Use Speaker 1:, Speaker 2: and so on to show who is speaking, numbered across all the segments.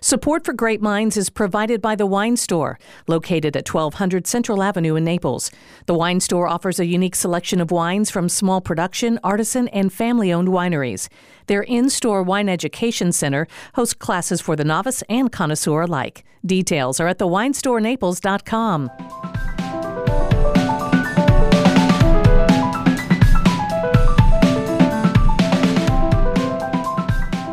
Speaker 1: Support for Great Minds is provided by The Wine Store, located at 1200 Central Avenue in Naples. The Wine Store offers a unique selection of wines from small production, artisan, and family owned wineries. Their in store wine education center hosts classes for the novice and connoisseur alike. Details are at thewinestorenaples.com.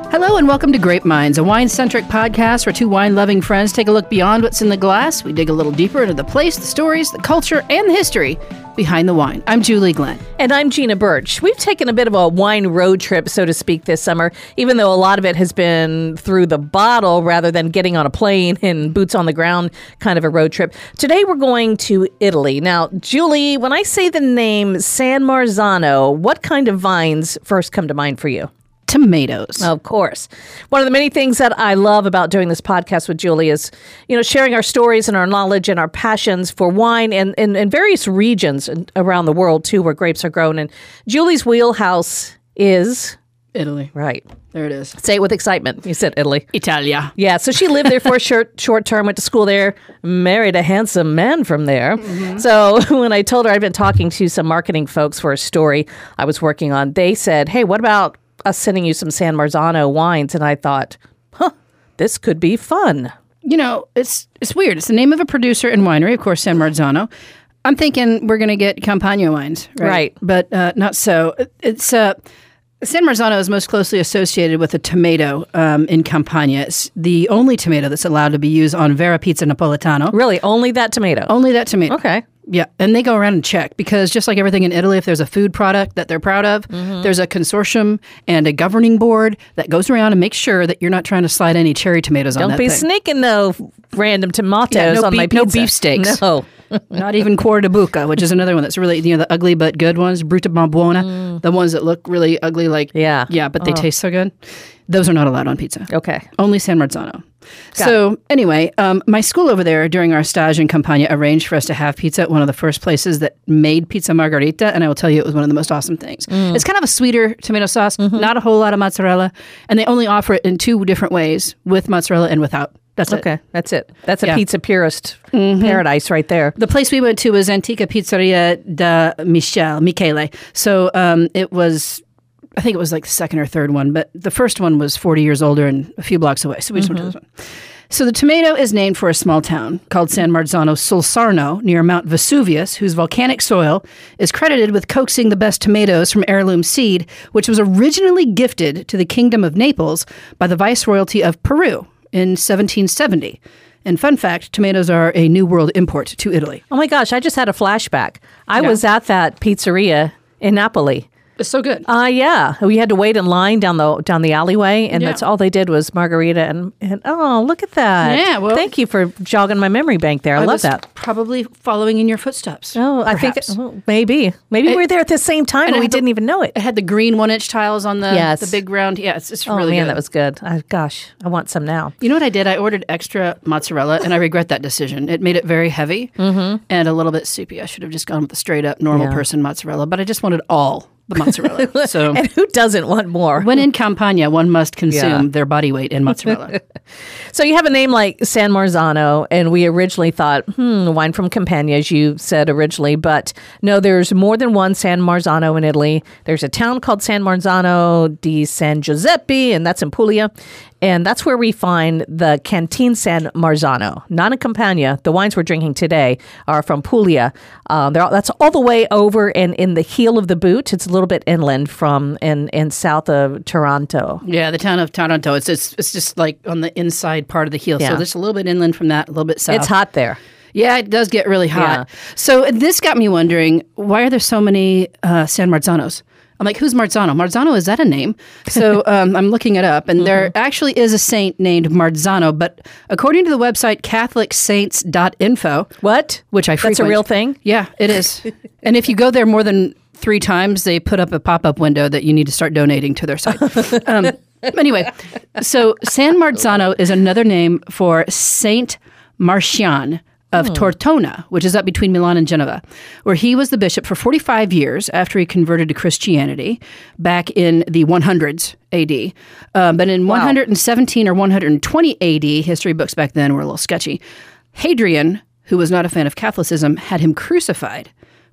Speaker 2: Hello and welcome to Grape Minds, a wine centric podcast where two wine loving friends take a look beyond what's in the glass. We dig a little deeper into the place, the stories, the culture, and the history behind the wine. I'm Julie Glenn.
Speaker 1: And I'm Gina Birch. We've taken a bit of a wine road trip, so to speak, this summer, even though a lot of it has been through the bottle rather than getting on a plane and boots on the ground kind of a road trip. Today we're going to Italy. Now, Julie, when I say the name San Marzano, what kind of vines first come to mind for you?
Speaker 2: Tomatoes.
Speaker 1: Of course. One of the many things that I love about doing this podcast with Julie is, you know, sharing our stories and our knowledge and our passions for wine and, and, and various regions and- around the world, too, where grapes are grown. And Julie's wheelhouse is,
Speaker 2: Italy.
Speaker 1: right,
Speaker 2: There it is.
Speaker 1: say it with excitement. You said Italy.
Speaker 2: Italia.
Speaker 1: Yeah, so she lived there for a short short term, went to school there, married a handsome man from there.
Speaker 2: Mm-hmm.
Speaker 1: So when I told her I'd been talking to some marketing folks for a story I was working on, they said, "Hey, what about us sending you some San Marzano wines?" And I thought, "Huh, this could be fun."
Speaker 2: You know, it's it's weird. It's the name of a producer and winery, of course, San Marzano. I'm thinking we're going to get Campagna wines, right?
Speaker 1: Right.
Speaker 2: But uh, not so. It- It's uh, San Marzano is most closely associated with a tomato um, in Campagna. It's the only tomato that's allowed to be used on Vera Pizza Napolitano.
Speaker 1: Really, only that tomato.
Speaker 2: Only that tomato.
Speaker 1: Okay.
Speaker 2: Yeah, and they go around and check because just like everything in Italy, if there's a food product that they're proud of,
Speaker 1: Mm-hmm.
Speaker 2: there's a consortium and a governing board that goes around and makes sure that you're not trying to slide any cherry tomatoes on
Speaker 1: Don't
Speaker 2: that
Speaker 1: be
Speaker 2: thing.
Speaker 1: sneaking no random tomatoes
Speaker 2: Yeah, no
Speaker 1: on my
Speaker 2: beef- no
Speaker 1: pizza.
Speaker 2: beefsteaks.
Speaker 1: No.
Speaker 2: not even Cordabuca, which is another one that's really you know the ugly but good ones, Bruta Bombuona, the ones that look really ugly, like
Speaker 1: Mm. Yeah. Uh-huh.
Speaker 2: yeah, but they taste so good. Those are not allowed on pizza.
Speaker 1: Okay.
Speaker 2: Only San Marzano. so anyway, um, my school over there during our stage in Campania arranged for us to have pizza at one of the first places that made pizza margarita, and I will tell you it was one of the most awesome things.
Speaker 1: Mm.
Speaker 2: It's kind of a sweeter tomato sauce,
Speaker 1: Mm-hmm.
Speaker 2: not a whole lot of mozzarella, and they only offer it in two different ways: with mozzarella and without. That's it.
Speaker 1: Okay. That's it. That's a
Speaker 2: Yeah. Mm-hmm.
Speaker 1: pizza purist paradise right there.
Speaker 2: The place we went to was Antica Pizzeria da Michele, Michele. So um, it was, I think it was like the second or third one, but the first one was 40 years older and a few blocks away. So we just went to this one. So the tomato is named for a small town called San Marzano Solsarno near Mount Vesuvius, whose volcanic soil is credited with coaxing the best tomatoes from heirloom seed, which was originally gifted to the Kingdom of Naples by the Viceroyalty of Peru in 1770. And fun fact, tomatoes are a New World import to Italy.
Speaker 1: Oh my gosh, I just had a flashback. I was at that pizzeria in Napoli.
Speaker 2: It's so good.
Speaker 1: Uh yeah. We had to wait in line down the down the alleyway and
Speaker 2: Yeah.
Speaker 1: that's all they did was margarita and, and oh look at that.
Speaker 2: Yeah, well-
Speaker 1: Thank you for jogging my memory bank there. I, love
Speaker 2: was
Speaker 1: that.
Speaker 2: Probably following in your footsteps.
Speaker 1: Oh, I
Speaker 2: perhaps.
Speaker 1: think oh, maybe. Maybe we were there at the same time and,
Speaker 2: it
Speaker 1: we
Speaker 2: had the-
Speaker 1: didn't even know it.
Speaker 2: It had the green one inch tiles on the,
Speaker 1: Yes.
Speaker 2: the big round. Yeah, it's, it's
Speaker 1: Oh
Speaker 2: really
Speaker 1: man,
Speaker 2: good.
Speaker 1: that was good. I, gosh, I want some now.
Speaker 2: You know what I did? I ordered extra mozzarella, and I regret that decision. It made it very heavy and a little bit soupy. I should have just gone with the straight up normal
Speaker 1: Mm-hmm. Yeah.
Speaker 2: person mozzarella, but I just wanted all the mozzarella. so
Speaker 1: And who doesn't want more?
Speaker 2: when in Campania, one must consume
Speaker 1: Yeah.
Speaker 2: their body weight in mozzarella.
Speaker 1: So you have a name like San Marzano, and we originally thought, hmm, wine from Campania, as you said originally, but no, there's more than one San Marzano in Italy. There's a town called San Marzano di San Giuseppe, and that's in Puglia, and that's where we find the Canteen San Marzano, not in Campania. The wines we're drinking today are from Puglia. Um, they're all, that's all the way over and in the heel of the boot. It's a little bit inland from and and south of Toronto.
Speaker 2: yeah, the town of Toronto. It's, it's it's just like on the inside part of the heel,
Speaker 1: Yeah.
Speaker 2: so just a little bit inland from that, a little bit south.
Speaker 1: It's hot there.
Speaker 2: Yeah, it does get really hot. So uh, this got me wondering why are there so many uh, San Marzanos? I'm like, who's Marzano? Marzano is that a name? So um, I'm looking it up, and there actually is a saint named Marzano, but according to the website CatholicSaints.info,
Speaker 1: What?
Speaker 2: which I
Speaker 1: That's a
Speaker 2: frequent-
Speaker 1: real thing?
Speaker 2: Yeah, it is. and if you go there more than three times, they put up a pop up window that you need to start donating to their site. um, anyway, so San Marzano is another name for Saint Martian, of Tortona, which is up between Milan and Geneva, where he was the bishop for 45 years after he converted to Christianity back in the 100s AD. Um, but in 117 or 120 AD, history books back then were a little sketchy. Hadrian, who was not a fan of Catholicism, had him crucified.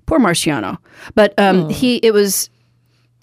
Speaker 2: Poor Marciano. But um, he, it was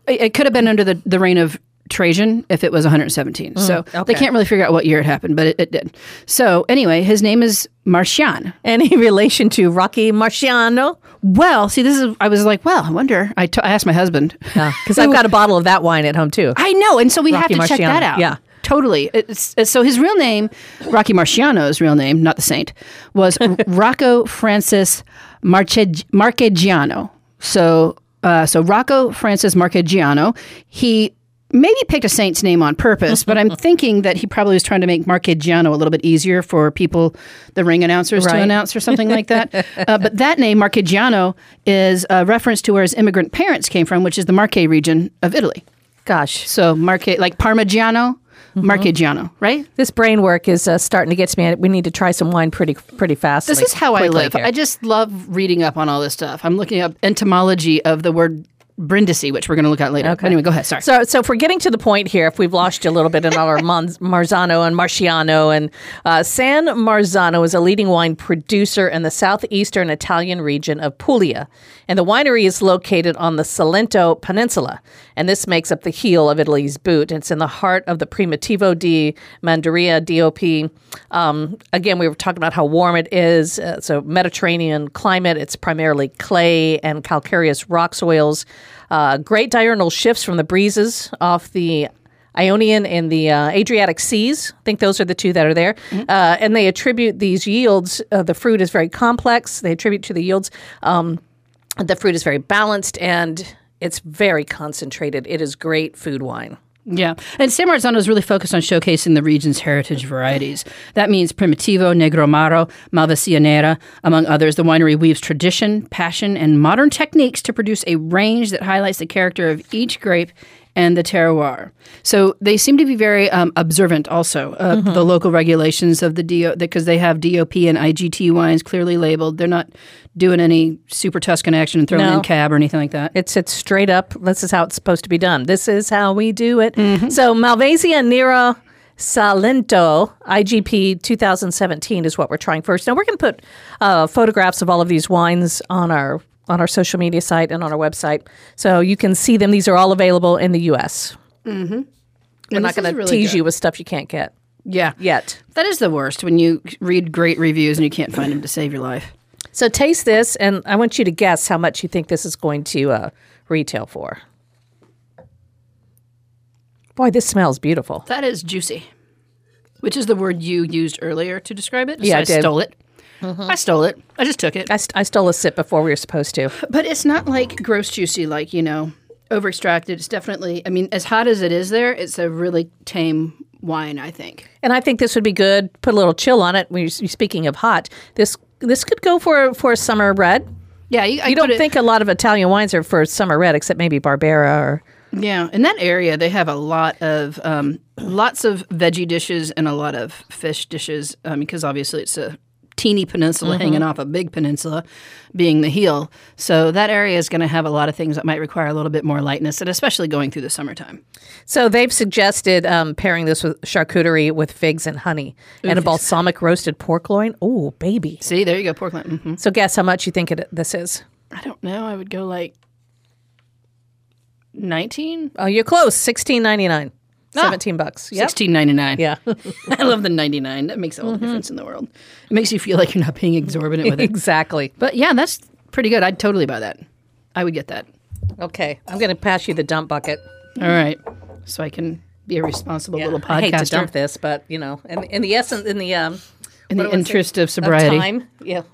Speaker 2: it, it could have been under the, the reign of Trajan if it was 117. so they can't really figure out what year it happened, but it, it did. So anyway, his name is Marcian.
Speaker 1: Any relation to Rocky Marciano?
Speaker 2: Well, see, this is I was like, well, I wonder. I, t- I asked my husband.
Speaker 1: Because I've got a bottle of that wine at home too.
Speaker 2: I know, and so we
Speaker 1: Rocky
Speaker 2: have to check that
Speaker 1: Marciano,
Speaker 2: out.
Speaker 1: yeah.
Speaker 2: Totally. It's, it's- so his real name, Rocky Marciano's real name, not the saint, was Rocco Francis Marche- Marchegiano. So, uh, so Rocco Francis Marchegiano, he maybe picked a saint's name on purpose, but I'm thinking that he probably was trying to make Marchegiano a little bit easier for people, the ring announcers to
Speaker 1: Right.
Speaker 2: announce or something like that. uh, but that name, Marchegiano, is a reference to where his immigrant parents came from, which is the Marche region of Italy.
Speaker 1: Gosh,
Speaker 2: So market like Parmigiano, Marchigiano, right?
Speaker 1: this brain work is uh, starting to get to me. We need to try some wine pretty pretty fast.
Speaker 2: This is how I live.
Speaker 1: here.
Speaker 2: I just love reading up on all this stuff. I'm looking up etymology of the word brindisi, which we're going to look at later. But Anyway, go ahead. Sorry.
Speaker 1: So, so if we're getting to the point here, if we've lost you a little bit in all our Mon- Marzano and Marciano, and uh, San Marzano is a leading wine producer in the southeastern Italian region of Puglia, and the winery is located on the Salento Peninsula, and this makes up the heel of Italy's boot. It's in the heart of the Primitivo di Mandaria DOP. Um, again, we were talking about how warm it is. Uh, so Mediterranean climate. It's primarily clay and calcareous rock soils. Uh, great diurnal shifts from the breezes off the Ionian and the uh, Adriatic seas. I think those are the two that are there. Uh, and they attribute these yields. Uh, the fruit is very complex. They attribute to the yields. Um, the fruit is very balanced and it's very concentrated. It is great food wine.
Speaker 2: Yeah. And San Marzano is really focused on showcasing the region's heritage varieties. That means Primitivo, Negromaro, Malvasionera, among others. The winery weaves tradition, passion, and modern techniques to produce a range that highlights the character of each grape and the terroir. So they seem to be very um, observant also of
Speaker 1: Mm-hmm.
Speaker 2: the local regulations of the DO because they have DOP and IGT wines clearly labeled. They're not doing any super Tuscan action and throwing in
Speaker 1: No.
Speaker 2: cab or anything like that.
Speaker 1: It's it's straight up. This is how it's supposed to be done. This is how we do it.
Speaker 2: Mm-hmm.
Speaker 1: So Malvasia Nera Salento IGP 2017 is what we're trying first. Now we're going to put uh, photographs of all of these wines on our on our social media site and on our website, so you can see them. These are all available in the U.S. We're
Speaker 2: And
Speaker 1: not
Speaker 2: this is
Speaker 1: going to
Speaker 2: really
Speaker 1: tease
Speaker 2: good.
Speaker 1: you with stuff you can't get
Speaker 2: Yeah.
Speaker 1: yet.
Speaker 2: That is the worst when you read great reviews and you can't find them to save your life.
Speaker 1: So taste this, and I want you to guess how much you think this is going to uh, retail for. Boy, this smells beautiful.
Speaker 2: That is juicy, which is the word you used earlier to describe it.
Speaker 1: Yeah, I
Speaker 2: so I, Mm-hmm.
Speaker 1: did.
Speaker 2: stole it. I stole it. I just took it.
Speaker 1: I, st- I stole a sip before we were supposed to.
Speaker 2: But it's not like gross juicy, like, you know, over extracted. It's definitely, I mean, as hot as it is there, it's a really tame wine, I think.
Speaker 1: And I think this would be good. Put a little chill on it. When you're s- speaking of hot, this this could go for for a summer red.
Speaker 2: Yeah, you, I
Speaker 1: You don't
Speaker 2: put it-
Speaker 1: think a lot of Italian wines are for summer red, except maybe Barbera or
Speaker 2: Yeah, in that area, they have a lot of um, lots of veggie dishes and a lot of fish dishes um, because obviously it's a teeny peninsula hanging off a big peninsula, being the heel. So that area is going to have a lot of things that might require a little bit more lightness, and especially going through the summertime.
Speaker 1: So they've suggested um, pairing this with charcuterie with figs and honey and a balsamic roasted pork loin. Oh, baby!
Speaker 2: See, there you go, pork loin. hmm
Speaker 1: So guess how much you think it, this is?
Speaker 2: I don't know. I would go like nineteen.
Speaker 1: Oh, you're close. Sixteen ninety nine.
Speaker 2: Ah.
Speaker 1: Seventeen bucks. Yep.
Speaker 2: Sixteen ninety nine.
Speaker 1: Yeah.
Speaker 2: I love the ninety nine. That makes all the difference in the world. It makes you feel like you're not being exorbitant with it.
Speaker 1: exactly.
Speaker 2: But yeah, that's pretty good. I'd totally buy that. I would get that.
Speaker 1: Okay. I'm going to pass you the dump bucket.
Speaker 2: All right. So I can be a responsible little podcaster.
Speaker 1: Hmm. I hate to dump this, but you know, in, in the essence, in the um,
Speaker 2: In
Speaker 1: what do
Speaker 2: the
Speaker 1: I say?
Speaker 2: interest of sobriety.
Speaker 1: time, yeah.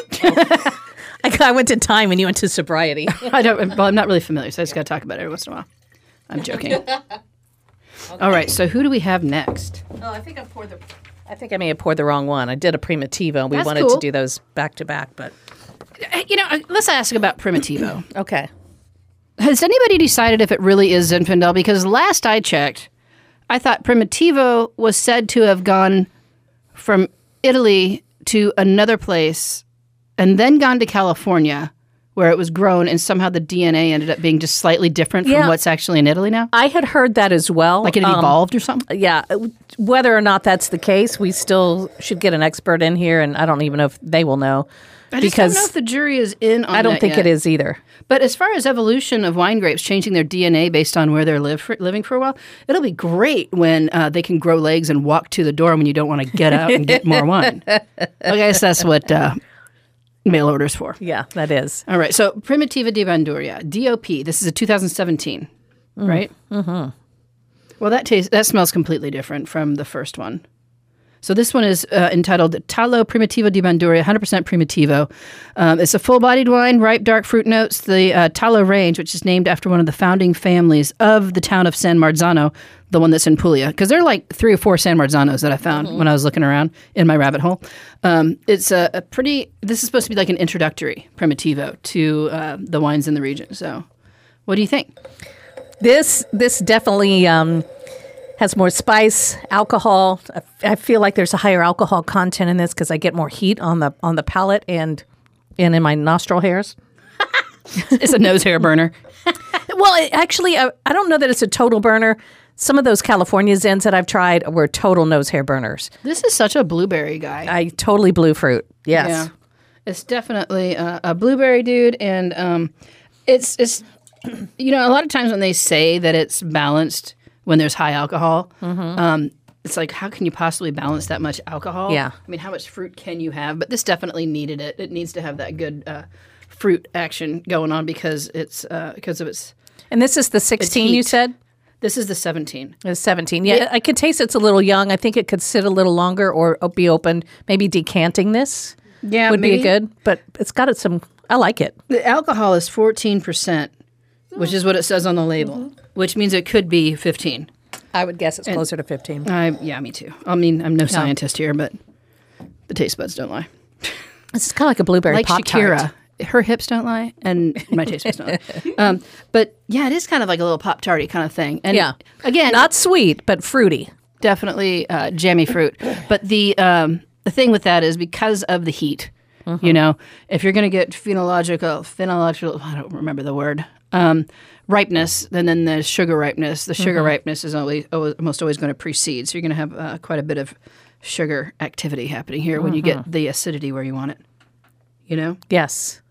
Speaker 1: I, I went to time and you went to sobriety.
Speaker 2: I don't, well, I'm not really familiar, so I just got to talk about it every once in a while. I'm joking. All right. So who do we have next?
Speaker 1: oh, I think I poured the. I think I may have poured the wrong one. I did a primitivo, and we
Speaker 2: That's
Speaker 1: wanted
Speaker 2: cool.
Speaker 1: to do those back to back, but
Speaker 2: Uh, You know, uh, let's ask about Primitivo.
Speaker 1: okay.
Speaker 2: Has anybody decided if it really is Zinfandel? Because last I checked, I thought Primitivo was said to have gone from Italy to another place and then gone to California where it was grown and somehow the DNA ended up being just slightly different
Speaker 1: Yeah.
Speaker 2: from what's actually in Italy now?
Speaker 1: I had heard that as well.
Speaker 2: Like it had
Speaker 1: Um,
Speaker 2: evolved or something?
Speaker 1: yeah, uh, whether or not that's the case, we still should get an expert in here, and I don't even know if they will know
Speaker 2: I just
Speaker 1: because
Speaker 2: don't know if the jury is in on
Speaker 1: I don't think it is either.
Speaker 2: But as far as evolution of wine grapes changing their DNA based on where they're live for, living for a while, it'll be great when uh, they can grow legs and walk to the door when you don't want to get out and get more wine. I guess that's what uh, mail orders for.
Speaker 1: Yeah, that is.
Speaker 2: All right. So Primitiva di Vanduria, DOP. This is a 2017, right? Mm-hmm. Well, that tastes that smells completely different from the first one. So this one is uh, entitled Talo Primitivo di Vanduria, 100% Primitivo. Um, it's a full-bodied wine, ripe dark fruit notes. The uh, Talo range, which is named after one of the founding families of the town of San Marzano, the one that's in Puglia, because there are like three or four San Marzanos that I found when I was looking around in my rabbit hole. Um, it's a, a pretty. This is supposed to be like an introductory Primitivo to uh, the wines in the region. So, what do you think?
Speaker 1: This this definitely um, has more spice, alcohol. I, I feel like there's a higher alcohol content in this because I get more heat on the on the palate and and in my nostril hairs.
Speaker 2: It's a nose hair burner.
Speaker 1: Well, it, actually, I, I don't know that it's a total burner. Some of those California Zens that I've tried were total nose hair burners.
Speaker 2: This is such a blueberry guy.
Speaker 1: I totally blue fruit. Yes.
Speaker 2: Yeah, it's definitely a, a blueberry dude, and um, it's it's you know a lot of times when they say that it's balanced when there's high alcohol, um, it's like how can you possibly balance that much alcohol?
Speaker 1: Yeah.
Speaker 2: I mean how much fruit can you have? But this definitely needed it. It needs to have that good uh, fruit action going on because it's uh, because of its.
Speaker 1: And this is the 16 you
Speaker 2: heat.
Speaker 1: said?
Speaker 2: This is the seventeen.
Speaker 1: It's 17. Yeah, I could taste it's a little young. I think it could sit a little longer or o- be opened. Maybe decanting this
Speaker 2: Yeah,
Speaker 1: would be
Speaker 2: Uh, maybe-
Speaker 1: good, but it's got it some. I like it.
Speaker 2: The alcohol is fourteen percent, which is what it says on the label, which means it could be fifteen.
Speaker 1: I would guess it's closer to 15.
Speaker 2: I yeah, me too. I mean, I'm no scientist here, but the taste buds don't lie.
Speaker 1: It's kind of like a blueberry
Speaker 2: Like
Speaker 1: pop
Speaker 2: Shakira, her hips don't lie, and my taste buds don't lie. Um, but yeah, it is kind of like a little pop tarty kind of thing. And
Speaker 1: Yeah.
Speaker 2: again,
Speaker 1: Not sweet, but fruity.
Speaker 2: definitely uh, jammy fruit. But the um, the thing with that is because of the heat.
Speaker 1: Mm-hmm.
Speaker 2: You know, if you're going to get phenological, phenological, I don't remember the word, um, ripeness, and then the sugar ripeness, the sugar
Speaker 1: Mm-hmm.
Speaker 2: ripeness is always, always, almost always going to precede. So you're going to have uh, quite a bit of sugar activity happening here when you
Speaker 1: Mm-hmm.
Speaker 2: get the acidity where you want it. You know?
Speaker 1: Yes.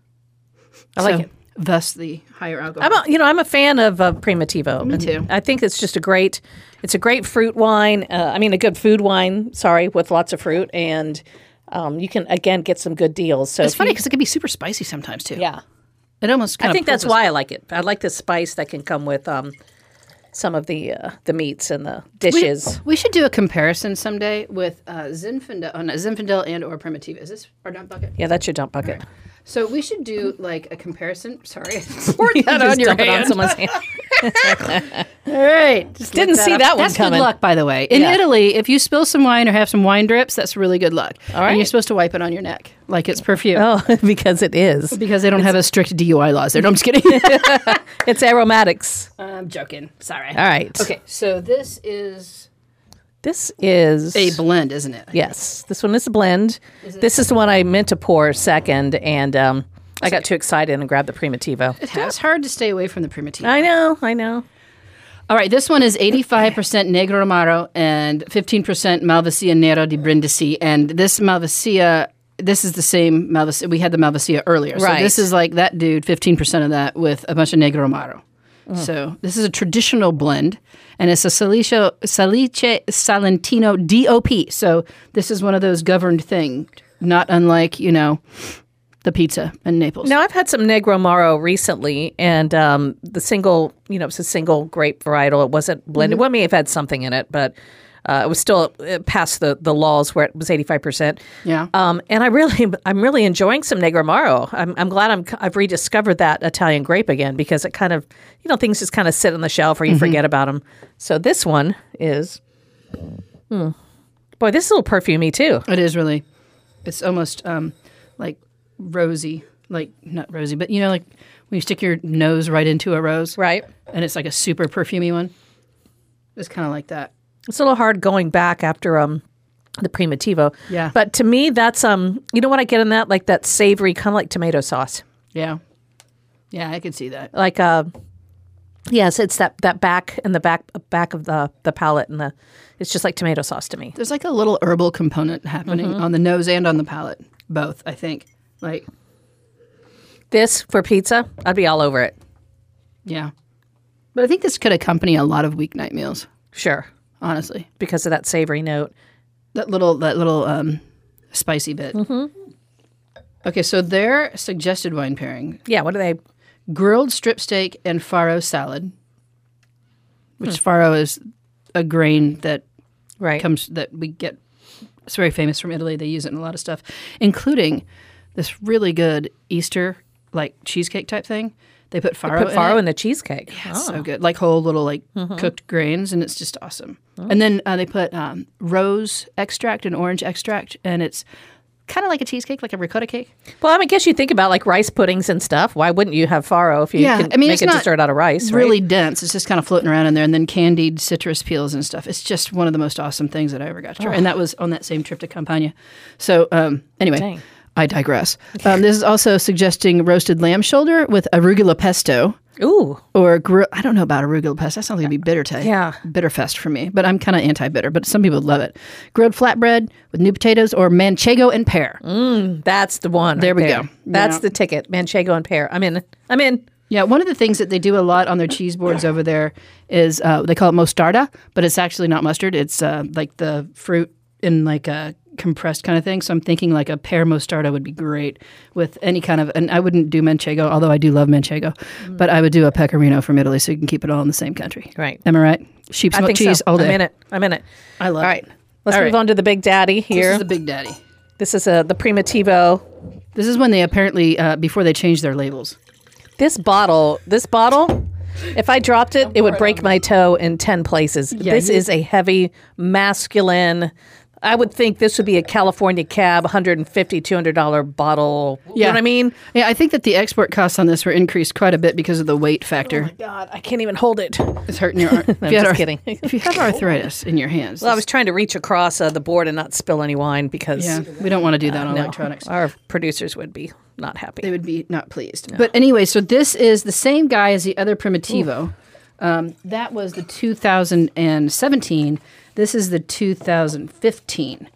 Speaker 1: I like
Speaker 2: So,
Speaker 1: it.
Speaker 2: Thus, the higher alcohol.
Speaker 1: I'm a, you know, I'm a fan of uh, Primitivo. Me
Speaker 2: too.
Speaker 1: I think it's just a great, it's a great fruit wine. Uh, I mean, a good food wine. Sorry, with lots of fruit, and um, you can again get some good deals. So
Speaker 2: it's
Speaker 1: if
Speaker 2: funny
Speaker 1: you-
Speaker 2: because it can be super spicy sometimes, too.
Speaker 1: yeah,
Speaker 2: It almost kind
Speaker 1: I
Speaker 2: of
Speaker 1: think that's
Speaker 2: pulls us-
Speaker 1: why I like it. I like the spice that can come with um, some of the uh, the meats and the dishes.
Speaker 2: We should do a comparison someday with uh, Zinfandel, oh, no, Zinfandel and or Primitiva. Is this our dump bucket?
Speaker 1: yeah, that's your dump bucket.
Speaker 2: So we should do like a comparison. Sorry,
Speaker 1: Just dump it on someone's hand.
Speaker 2: All right, just
Speaker 1: Didn't
Speaker 2: look
Speaker 1: see
Speaker 2: up.
Speaker 1: that one
Speaker 2: That's
Speaker 1: coming.
Speaker 2: good luck, by the way. In
Speaker 1: Yeah.
Speaker 2: Italy, if you spill some wine or have some wine drips, that's really good luck. All
Speaker 1: right.
Speaker 2: and you're supposed to wipe it on your neck like it's perfume.
Speaker 1: Oh, because it is.
Speaker 2: Because they don't have a strict DUI laws there. No, I'm just kidding.
Speaker 1: It's aromatics.
Speaker 2: I'm joking. Sorry.
Speaker 1: All right.
Speaker 2: Okay, so this is
Speaker 1: This is
Speaker 2: a blend, isn't it?
Speaker 1: Yes, this one is a blend. this is the one I meant to pour second, and um, I got too excited and grabbed the Primitivo.
Speaker 2: It's hard to stay away from the Primitiva.
Speaker 1: I know, I know.
Speaker 2: All right, this one is 85% Negro Amaro and 15% Malvasia Nero di Brindisi. And this Malvasia, this is the same Malvasia. We had the Malvasia earlier.
Speaker 1: Right.
Speaker 2: So this is like that dude, 15% of that with a bunch of Negro Amaro. So this is a traditional blend, and it's a Salicio, Salice Salentino DOP. So this is one of those governed thing, not unlike, you know, the pizza in Naples.
Speaker 1: Now I've had some Negro Maro recently, and um, the single, you know, it's a single grape varietal. It wasn't blended. Well, I mean, I've had something in it, but uh, it was still uh, past the, the laws where it was eighty five percent.
Speaker 2: Yeah.
Speaker 1: Um, and I really, I'm really enjoying some Negro Maro. I'm, I'm glad I'm, I've rediscovered that Italian grape again because it kind of, you know, things just kind of sit on the shelf or you forget about them. So this one is, hmm. boy, this is a little perfumey too.
Speaker 2: It is really. It's almost um, like rosy, like not rosy, but you know, like when you stick your nose right into a rose,
Speaker 1: Right.
Speaker 2: and it's like a super perfumey one. It's kind of like that.
Speaker 1: It's a little hard going back after um the primitivo.
Speaker 2: Yeah.
Speaker 1: But to me, that's um, you know what I get in that like that savory kind of like tomato sauce,
Speaker 2: Yeah. Yeah, I could see that.
Speaker 1: like uh, yes, it's that that back and the back back of the the palate and the, it's just like tomato sauce to me.
Speaker 2: There's like a little herbal component happening on the nose and on the palate, both, I think. Like,
Speaker 1: This for pizza, I'd be all over it.
Speaker 2: yeah. But I think this could accompany a lot of weeknight meals,
Speaker 1: Sure,
Speaker 2: honestly.
Speaker 1: because of that savory note.
Speaker 2: That little that little um, spicy bit. Okay, so their suggested wine pairing:
Speaker 1: Yeah. What are they?
Speaker 2: grilled strip steak and farro salad, which
Speaker 1: Hmm.
Speaker 2: farro is a grain that
Speaker 1: Right.
Speaker 2: comes that we get. It's very famous from Italy. They use it in a lot of stuff, including this really good Easter like cheesecake type thing. They put farro.
Speaker 1: Put
Speaker 2: in
Speaker 1: faro in Oh.
Speaker 2: it.
Speaker 1: Mm-hmm. the cheesecake.
Speaker 2: It's so good, like whole little like cooked grains, and it's just awesome.
Speaker 1: Oh.
Speaker 2: And then uh, they put um, rose extract and orange extract, and it's kind of like a cheesecake, like a ricotta cake.
Speaker 1: Well, I, mean, I guess you think about like rice puddings and stuff. Why wouldn't you have faro if you
Speaker 2: Yeah,
Speaker 1: could
Speaker 2: I mean,
Speaker 1: make
Speaker 2: it's
Speaker 1: a
Speaker 2: not
Speaker 1: dessert out of rice? right?
Speaker 2: Really dense. It's just kind of floating around in there, and then candied citrus peels and stuff. It's just one of the most awesome things that I ever got to try, and
Speaker 1: Oh.
Speaker 2: that was on that same trip to Campania. So um, anyway.
Speaker 1: Dang.
Speaker 2: I digress. Um, this is also suggesting roasted lamb shoulder with arugula pesto.
Speaker 1: Ooh,
Speaker 2: or gri- I don't know about arugula pesto. That sounds like it'd be bitter taste.
Speaker 1: Yeah.
Speaker 2: bitter fest for me. But I'm kind of anti-bitter. But some people love it. Grilled flatbread with new potatoes or manchego and pear.
Speaker 1: that's the one. There
Speaker 2: we go.
Speaker 1: That's
Speaker 2: Yeah.
Speaker 1: the ticket. Manchego and pear. I'm in. I'm in.
Speaker 2: Yeah, one of the things that they do a lot on their cheese boards over there is uh, they call it mostarda, but it's actually not mustard. It's uh, like the fruit in like a compressed kind of thing. So I'm thinking like a pear mostarda would be great with any kind of. And I wouldn't do manchego, although I do love manchego, but I would do a pecorino from Italy, so you can keep it all in the same country.
Speaker 1: Mm. Right.
Speaker 2: Am I right? Sheep's
Speaker 1: I
Speaker 2: milk
Speaker 1: think
Speaker 2: cheese
Speaker 1: so.
Speaker 2: all day.
Speaker 1: I'm in it. I'm in it.
Speaker 2: I love
Speaker 1: All right.
Speaker 2: it.
Speaker 1: Let's
Speaker 2: All
Speaker 1: move
Speaker 2: right.
Speaker 1: on to the big daddy
Speaker 2: This
Speaker 1: here.
Speaker 2: is the Big Daddy.
Speaker 1: This is a the Primitivo.
Speaker 2: This is when they apparently uh, before they changed their labels.
Speaker 1: This bottle. This bottle. If I dropped it, it would break my toe in ten places. this
Speaker 2: you-
Speaker 1: is a heavy, masculine. I would think this would be a California cab, 150 200 dollar bottle. You know what I mean?
Speaker 2: Yeah, I think that the export costs on this were increased quite a bit because of the weight factor.
Speaker 1: God, I can't even hold it.
Speaker 2: it's hurting your arm. If you had
Speaker 1: just
Speaker 2: arth-
Speaker 1: kidding.
Speaker 2: if you have arthritis in your hands,
Speaker 1: Well, I was trying to reach across uh, the board and not spill any wine because
Speaker 2: yeah, we don't want to do that on
Speaker 1: Uh, no,
Speaker 2: electronics.
Speaker 1: our producers would be not
Speaker 2: They
Speaker 1: happy.
Speaker 2: would be not pleased. But anyway, so this is the same guy as the other Primitivo. Um, that was the 2017. This is the 2015,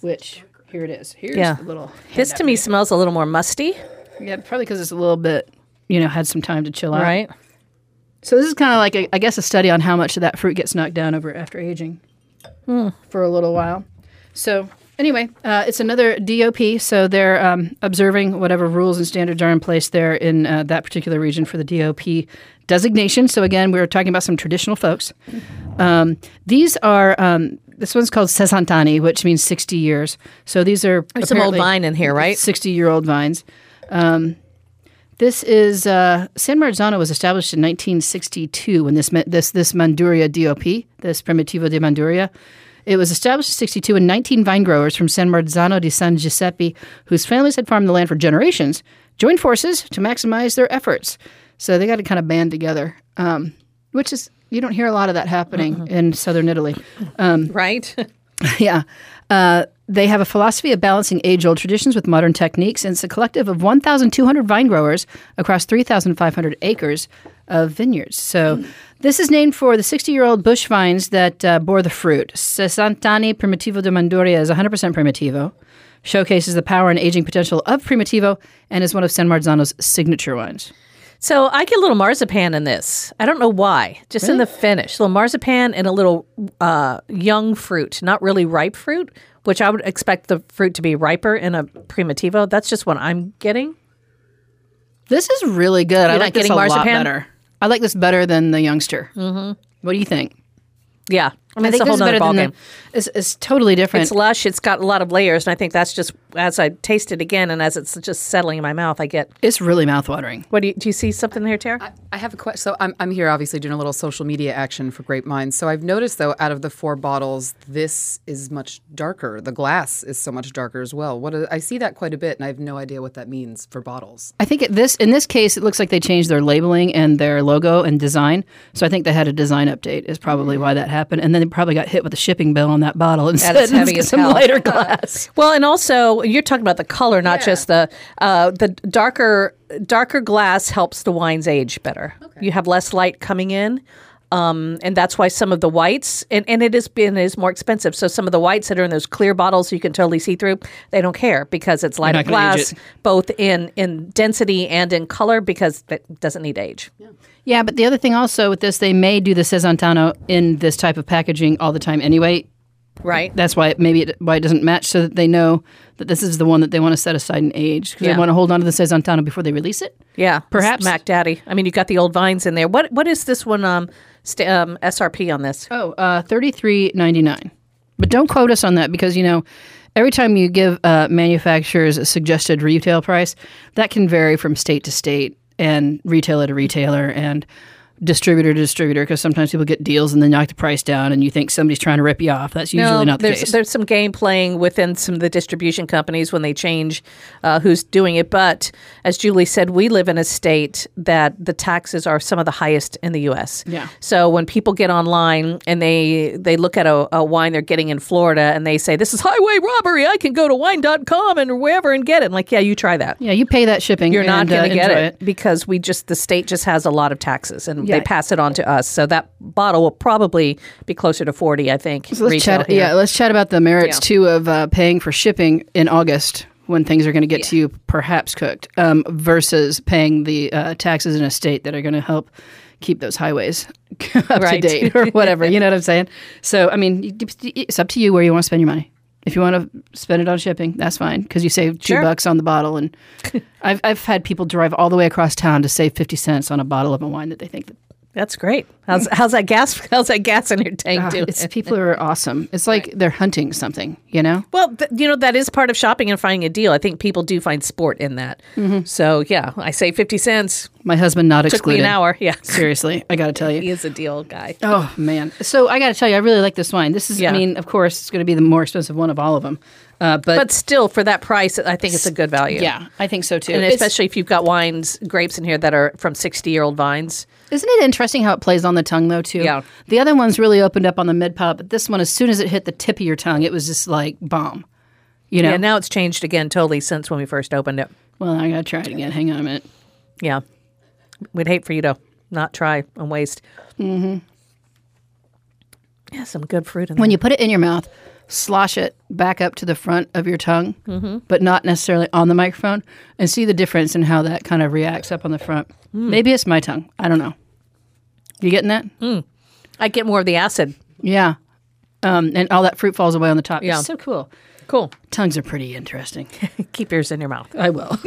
Speaker 2: which here it is. Here's
Speaker 1: Yeah.
Speaker 2: the little.
Speaker 1: This to me smells a little more musty,
Speaker 2: Yeah, probably because it's a little bit, you know, had some time to chill out.
Speaker 1: right?
Speaker 2: So this is kind of like, a, I guess, a study on how much of that fruit gets knocked down over after aging for a little while. So anyway, uh, it's another DOP. So they're um, observing whatever rules and standards are in place there in uh, that particular region for the DOP designation. So again, we were talking about some traditional folks. Um, these are. Um, this one's called Sesantani, which means 60 years. So these are
Speaker 1: There's some old
Speaker 2: apparently-
Speaker 1: vine in here, right?
Speaker 2: 60 year old vines. Um, this is uh, San Marzano was established in 1962 when this ma- this this Manduria DOP, this Primitivo de Manduria, it was established in 62 and 19 vine growers from San Marzano di San Giuseppe, whose families had farmed the land for generations, joined forces to maximize their efforts. So they got to kind of band together, um, which is you don't hear a lot of that happening in southern Italy.
Speaker 1: Right?
Speaker 2: Yeah. Uh, they have a philosophy of balancing age old traditions with modern techniques, and it's a collective of 1,200 vine growers across 3,500 acres of vineyards. So, this is named for the 60 year old bush vines that uh, bore the fruit. Sessantani Primitivo de Manduria is 100% Primitivo, showcases the power and aging potential of Primitivo, and is one of San Marzano's signature wines.
Speaker 1: so I get a little marzipan in this. I don't know why. Just in the finish, a little marzipan and a little uh, young fruit, not really ripe fruit, which I would expect the fruit to be riper in a primitivo. That's just what I'm getting.
Speaker 2: This is really good. I
Speaker 1: not
Speaker 2: like this
Speaker 1: getting
Speaker 2: a lot
Speaker 1: marzipan?
Speaker 2: better. I like this better than the youngster. Mm-hmm. What do you think?
Speaker 1: Yeah, I mean, it's a
Speaker 2: this
Speaker 1: whole
Speaker 2: is
Speaker 1: nother
Speaker 2: better than
Speaker 1: ballgame.
Speaker 2: the- It's, it's totally different.
Speaker 1: It's lush. It's got a lot of layers, and I think that's just as I taste it again and as it's just settling in my mouth, I get.
Speaker 2: It's really mouthwatering.
Speaker 1: What do you do? You see something there, Tara?
Speaker 3: I have a question. So I'm, I'm here obviously doing a little social media action for Grape Minds. So I've noticed though, out of the four bottles, this is much darker. The glass is so much darker as well. What is, I see that quite a bit, and I have no idea what that means for bottles.
Speaker 2: I think it, this in this case, it looks like they changed their labeling and their logo and design. So I think they had a design update is probably why that happened, and then they probably got hit with a shipping bill on that bottle instead
Speaker 1: it's
Speaker 2: of
Speaker 1: heavy as
Speaker 2: some
Speaker 1: hell.
Speaker 2: lighter glass.
Speaker 1: Well, and also you're talking about the color, not just the uh, the darker darker glass helps the wines age better. You have less light coming in. Um, and that's why some of the whites and, and it has been it is more expensive. So some of the whites that are in those clear bottles you can totally see through, they don't care because it's lighter
Speaker 2: not gonna age
Speaker 1: glass,
Speaker 2: it.
Speaker 1: both in, in density and in color because it doesn't need age.
Speaker 2: Yeah, but the other thing also with this, they may do the Cezantano in this type of packaging all the time anyway.
Speaker 1: Right?
Speaker 2: That's why it, maybe it, why it doesn't match, so that they know that this is the one that they want to set aside and age because
Speaker 1: Yeah.
Speaker 2: they want to hold on to the Cezantano before they release it.
Speaker 1: Yeah,
Speaker 2: Perhaps.
Speaker 1: Mac Daddy. I mean, you got the old vines in there. What what is this one? Um, st- um SRP on this?
Speaker 2: Oh, uh, thirty-three ninety-nine. But don't quote us on that because you know, every time you give uh, manufacturers a suggested retail price, that can vary from state to state and retailer to retailer and distributor to distributor because sometimes people get deals and then knock the price down and you think somebody's trying to rip you off. That's usually not the
Speaker 1: there's
Speaker 2: case.
Speaker 1: there's some game playing within some of the distribution companies when they change uh, who's doing it. But as Julie said, we live in a state that the taxes are some of the highest in the U.S.
Speaker 2: Yeah.
Speaker 1: So when people get online and they they look at a, a wine they're getting in Florida and they say this is highway robbery, I can go to wine.com and wherever and get it. I'm like, yeah, you try that.
Speaker 2: yeah, you pay that shipping.
Speaker 1: You're not
Speaker 2: and,
Speaker 1: going
Speaker 2: uh,
Speaker 1: to get
Speaker 2: enjoy
Speaker 1: it, because we just the state just has a lot of taxes and
Speaker 2: Yeah.
Speaker 1: they pass it on to us. So that bottle will probably be closer to forty, I think.
Speaker 2: So let's
Speaker 1: retail
Speaker 2: chat.
Speaker 1: here.
Speaker 2: Yeah, let's chat about the merits
Speaker 1: Yeah.
Speaker 2: too of uh, paying for shipping in August when things are going to get to you, perhaps cooked, um, versus paying the uh, taxes in a state that are going to help keep those highways up
Speaker 1: Right.
Speaker 2: to date or whatever. you know what I'm saying? So, I mean, you- it's up to you where you want to spend your money. If you want to spend it on shipping, that's fine because you save two
Speaker 1: Sure.
Speaker 2: bucks on the bottle. And I've, I've had people drive all the way across town to save fifty cents on a bottle of a wine that they think that
Speaker 1: That's great. How's how's that gas? How's that gas in your tank
Speaker 2: Ah,
Speaker 1: doing?
Speaker 2: it's people are awesome. It's like they're hunting something, you know.
Speaker 1: well, th- you know that is part of shopping and finding a deal. I think people do find sport in that.
Speaker 2: Mm-hmm.
Speaker 1: So yeah, I say fifty cents.
Speaker 2: My husband not
Speaker 1: Took me
Speaker 2: excluded.
Speaker 1: an hour. Yeah,
Speaker 2: Seriously, I got to tell you.
Speaker 1: he is a deal guy.
Speaker 2: Oh man! So I got to tell you, I really like this wine. This is,
Speaker 1: Yeah.
Speaker 2: I mean, of course, it's going to be the more expensive one of all of them. Uh, but,
Speaker 1: But still, for that price, I think it's a good value.
Speaker 2: yeah, I think so too.
Speaker 1: and
Speaker 2: It's-
Speaker 1: especially if you've got wines, grapes in here that are from sixty-year-old vines.
Speaker 2: isn't it interesting how it plays on the tongue though too?
Speaker 1: Yeah.
Speaker 2: The other one's really opened up on the mid palate, but this one, as soon as it hit the tip of your tongue, it was just like bomb. You know.
Speaker 1: Yeah, now it's changed again totally since when we first opened it.
Speaker 2: well, I got to try it again. Hang on a minute.
Speaker 1: Yeah, we'd hate for you to not try and waste. Mm-hmm. Yeah, some good fruit in there.
Speaker 2: When you put it in your mouth, slosh it back up to the front of your tongue,
Speaker 1: Mm-hmm.
Speaker 2: but not necessarily on the microphone, and see the difference in how that kind of reacts up on the front.
Speaker 1: Mm.
Speaker 2: Maybe it's my tongue. I don't know. You getting that?
Speaker 1: Mm. I get more of the acid.
Speaker 2: Yeah. Um, and all that fruit falls away on the top.
Speaker 1: Yeah.
Speaker 2: It's so cool.
Speaker 1: Cool.
Speaker 2: Tongues are pretty interesting.
Speaker 1: Keep yours in your mouth.
Speaker 2: I will.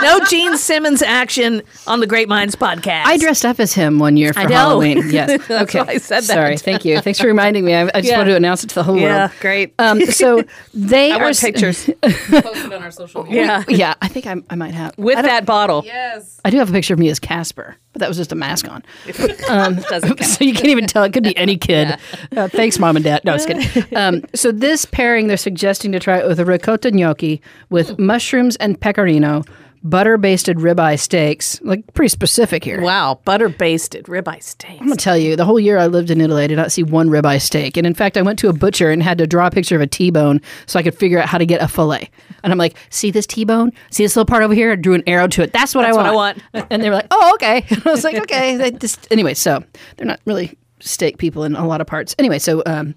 Speaker 1: no Gene Simmons action on the Great Minds podcast.
Speaker 2: I dressed up as him one year for
Speaker 1: I know.
Speaker 2: Halloween. Yes.
Speaker 1: That's
Speaker 2: okay.
Speaker 1: why I said that.
Speaker 2: Sorry. Thank you. Thanks for reminding me. I, I just
Speaker 1: Yeah.
Speaker 2: wanted to announce it to the whole
Speaker 1: Yeah, Uh,
Speaker 2: world.
Speaker 1: great.
Speaker 2: Um, so they
Speaker 1: I
Speaker 2: are
Speaker 1: want
Speaker 2: s-
Speaker 1: pictures.
Speaker 3: Post it on our social media.
Speaker 1: yeah.
Speaker 2: Yeah, I think I, I might have
Speaker 1: With
Speaker 2: I don't-
Speaker 1: that bottle.
Speaker 3: Yes.
Speaker 2: I do have a picture of me as Casper, but that was just a mask on.
Speaker 1: Doesn't count.
Speaker 2: so you can't even tell. It could be any kid. Uh, thanks, mom and dad. No, I was kidding. Um, so this pairing they're suggesting to try with a ricotta gnocchi with mushrooms and pecorino, butter basted ribeye steaks. Like pretty specific here.
Speaker 1: Wow. Butter basted ribeye steaks.
Speaker 2: I'm gonna tell you, the whole year I lived in Italy, I did not see one ribeye steak. And in fact, I went to a butcher and had to draw a picture of a T-bone so I could figure out how to get a fillet. And I'm like, see this T-bone? See this little part over here? I drew an arrow to it. That's what, I,
Speaker 1: what I
Speaker 2: want. And they were like, oh, okay. I was like, okay. They just anyway. So they're not really steak people in a lot of parts. Anyway, so um,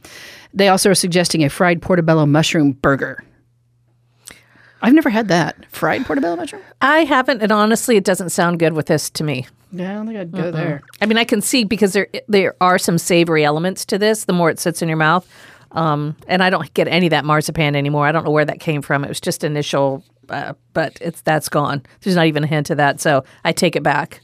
Speaker 2: they also are suggesting a fried portobello mushroom burger. I've never had that fried portobello mushroom.
Speaker 1: I haven't, and honestly, it doesn't sound good with this to me.
Speaker 2: Yeah, I don't think I'd go there.
Speaker 1: I mean, I can see because there there are some savory elements to this. The more it sits in your mouth, um, and I don't get any of that marzipan anymore. I don't know where that came from. It was just initial uh, but it's that's gone. There's not even a hint of that, so I take it back.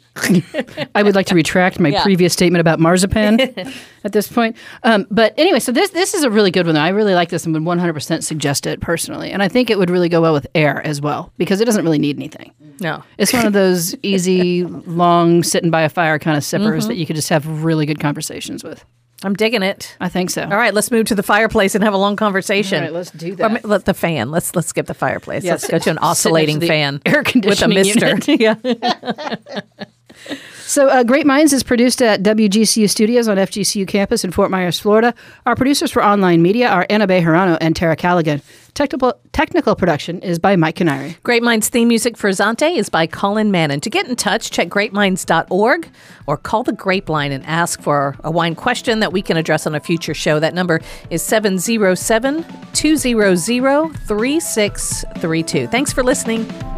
Speaker 2: I would like to retract my
Speaker 1: Yeah.
Speaker 2: previous statement about marzipan at this point. Um, but anyway, so this this is a really good one. I really like this and would 100% suggest it personally. And I think it would really go well with air as well because it doesn't really need anything.
Speaker 1: No,
Speaker 2: It's one of those easy, long, sitting by a fire kind of
Speaker 1: Mm-hmm.
Speaker 2: sippers that you could just have really good conversations with.
Speaker 1: I'm digging it.
Speaker 2: I think so.
Speaker 1: All right, let's move to the fireplace and have a long conversation.
Speaker 2: All right, let's do
Speaker 1: Or
Speaker 2: that.
Speaker 1: ma- let the fan. Let's let's skip the fireplace.
Speaker 2: Yeah,
Speaker 1: let's
Speaker 2: sit-
Speaker 1: go to an
Speaker 2: sit next to
Speaker 1: oscillating
Speaker 2: the
Speaker 1: fan
Speaker 2: air conditioning
Speaker 1: with a
Speaker 2: unit.
Speaker 1: mister. yeah.
Speaker 2: So, uh, Great Minds is produced at WGCU Studios on FGCU campus in Fort Myers, Florida. Our producers for online media are Anna Bejarano and Tara Callaghan. Technical, technical production is by Mike Canary.
Speaker 1: Great Minds theme music for Zante is by Colin Mannon. To get in touch, check greatminds.org or call the Grape Line and ask for a wine question that we can address on a future show. That number is 707 200 3632. Thanks for listening.